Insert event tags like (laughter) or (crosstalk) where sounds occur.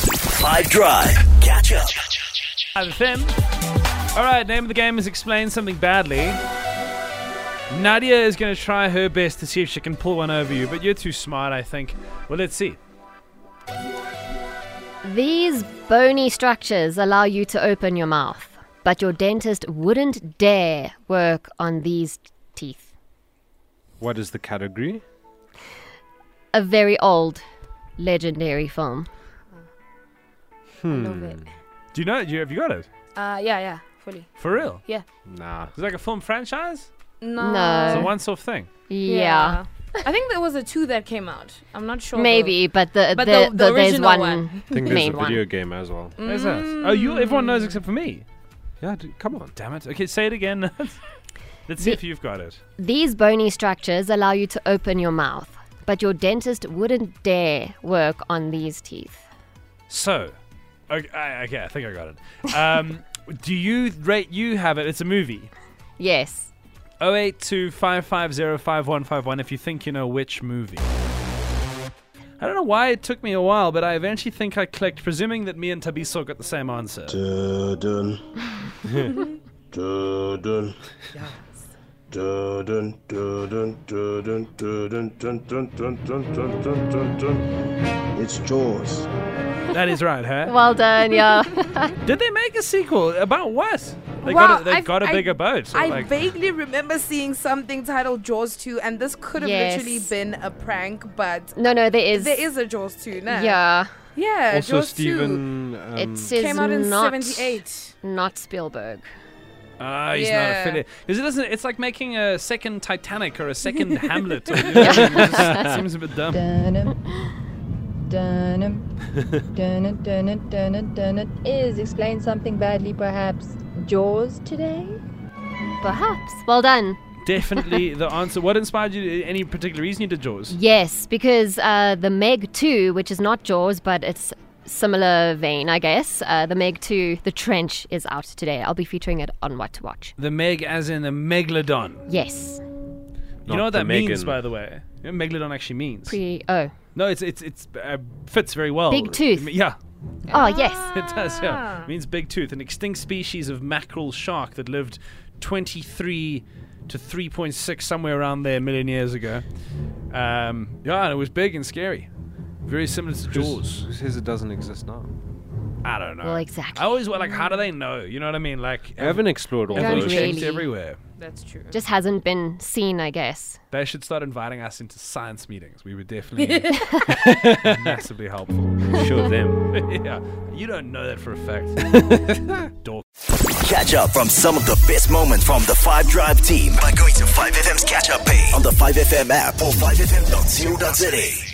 Five Drive. Catch up. Five FM. All right, name of the game is explain something badly. Nadia is going to try her best to see if she can pull one over you, but you're too smart, I think. Well, let's see. These bony structures allow you to open your mouth, but your dentist wouldn't dare work on these teeth. What is the category? A very old, legendary film. Love it. Do you know? Do you, have you got it? Uh, yeah, yeah, fully. For real? Nah. It's like a film franchise? No. It's No. a once off thing. Yeah. I think there was a two that came out. I'm not sure. Maybe, but the, But the, the- the there's original one, one. I think there's a main video one. game as well. though. There's that. Oh, you, everyone knows except for me. Yeah, d- come on. Damn it. Okay, say it again. (laughs) let's see if you've got it. These bony structures allow you to open your mouth, but your dentist wouldn't dare work on these teeth. So, okay, I, okay, I think I got it. Um, (laughs) do you rate you have it? It's a movie. Yes. 0825505151 if you think you know which movie. I don't know why it took me a while, but I eventually think I clicked, presuming that me and Tabiso got the same answer. Dun. Dun, dun. Dun, dun, dun, dun, dun, dun, dun, dun, dun, dun, dun, dun, dun, dun, dun. It's Jaws. That is right, Mm. huh? Well done, (laughs) yeah. Did they make a sequel? About what? They Wow, got a, they I've- got a I- bigger boat. so I like- vaguely remember seeing something titled Jaws 2, and this could have Yes. literally been a prank, but No, no, there is. there is a Jaws 2 now. Yeah. Yeah, also, Jaws Steven. Um, It says 2 came out in not, 78. not Spielberg. Ah, he's Yeah. not affiliated. Because it doesn't. It's like making a second Titanic or a (laughs) second Hamlet. Or, you know, it just seems a bit dumb. Dunham. Dunham. Dunham, Dunham, Dunham, Dunham. Is explain something badly, perhaps. Jaws today? Perhaps. Well done. Definitely the answer. What inspired you? Any particular reason you did Jaws? Yes, because uh, the Meg 2, which is not Jaws, but it's similar vein, I guess. Uh, the Meg 2, The Trench, is out today. I'll be featuring it on What to Watch. The Meg, as in a megalodon. Yes. you know Not what the that means, Megan. by the way. You know what megalodon actually means. Pre- oh. no, it's it's it's uh, fits very well. Big tooth. Ah. Yeah, (laughs) Oh, yes. it does. Yeah, it means big tooth, an extinct species of mackerel shark that lived 23 to 3.6 somewhere around there a million years ago. Um, yeah, and it was big and scary. Very similar to Jaws. Who says it doesn't exist now? I don't know. Well, exactly. I always were like, how do they know? You know what I mean? Like, I haven't explored all Don't those. everyone really. checks everywhere. That's true. Just hasn't been seen, I guess. They should start inviting us into science meetings. We would definitely massively helpful. Show them. (laughs) yeah, you don't know that for a fact. Dork. Catch up from some of the best moments from the Five Drive team by going to 5FM's catch up page on the 5FM app or 5FM.co.za.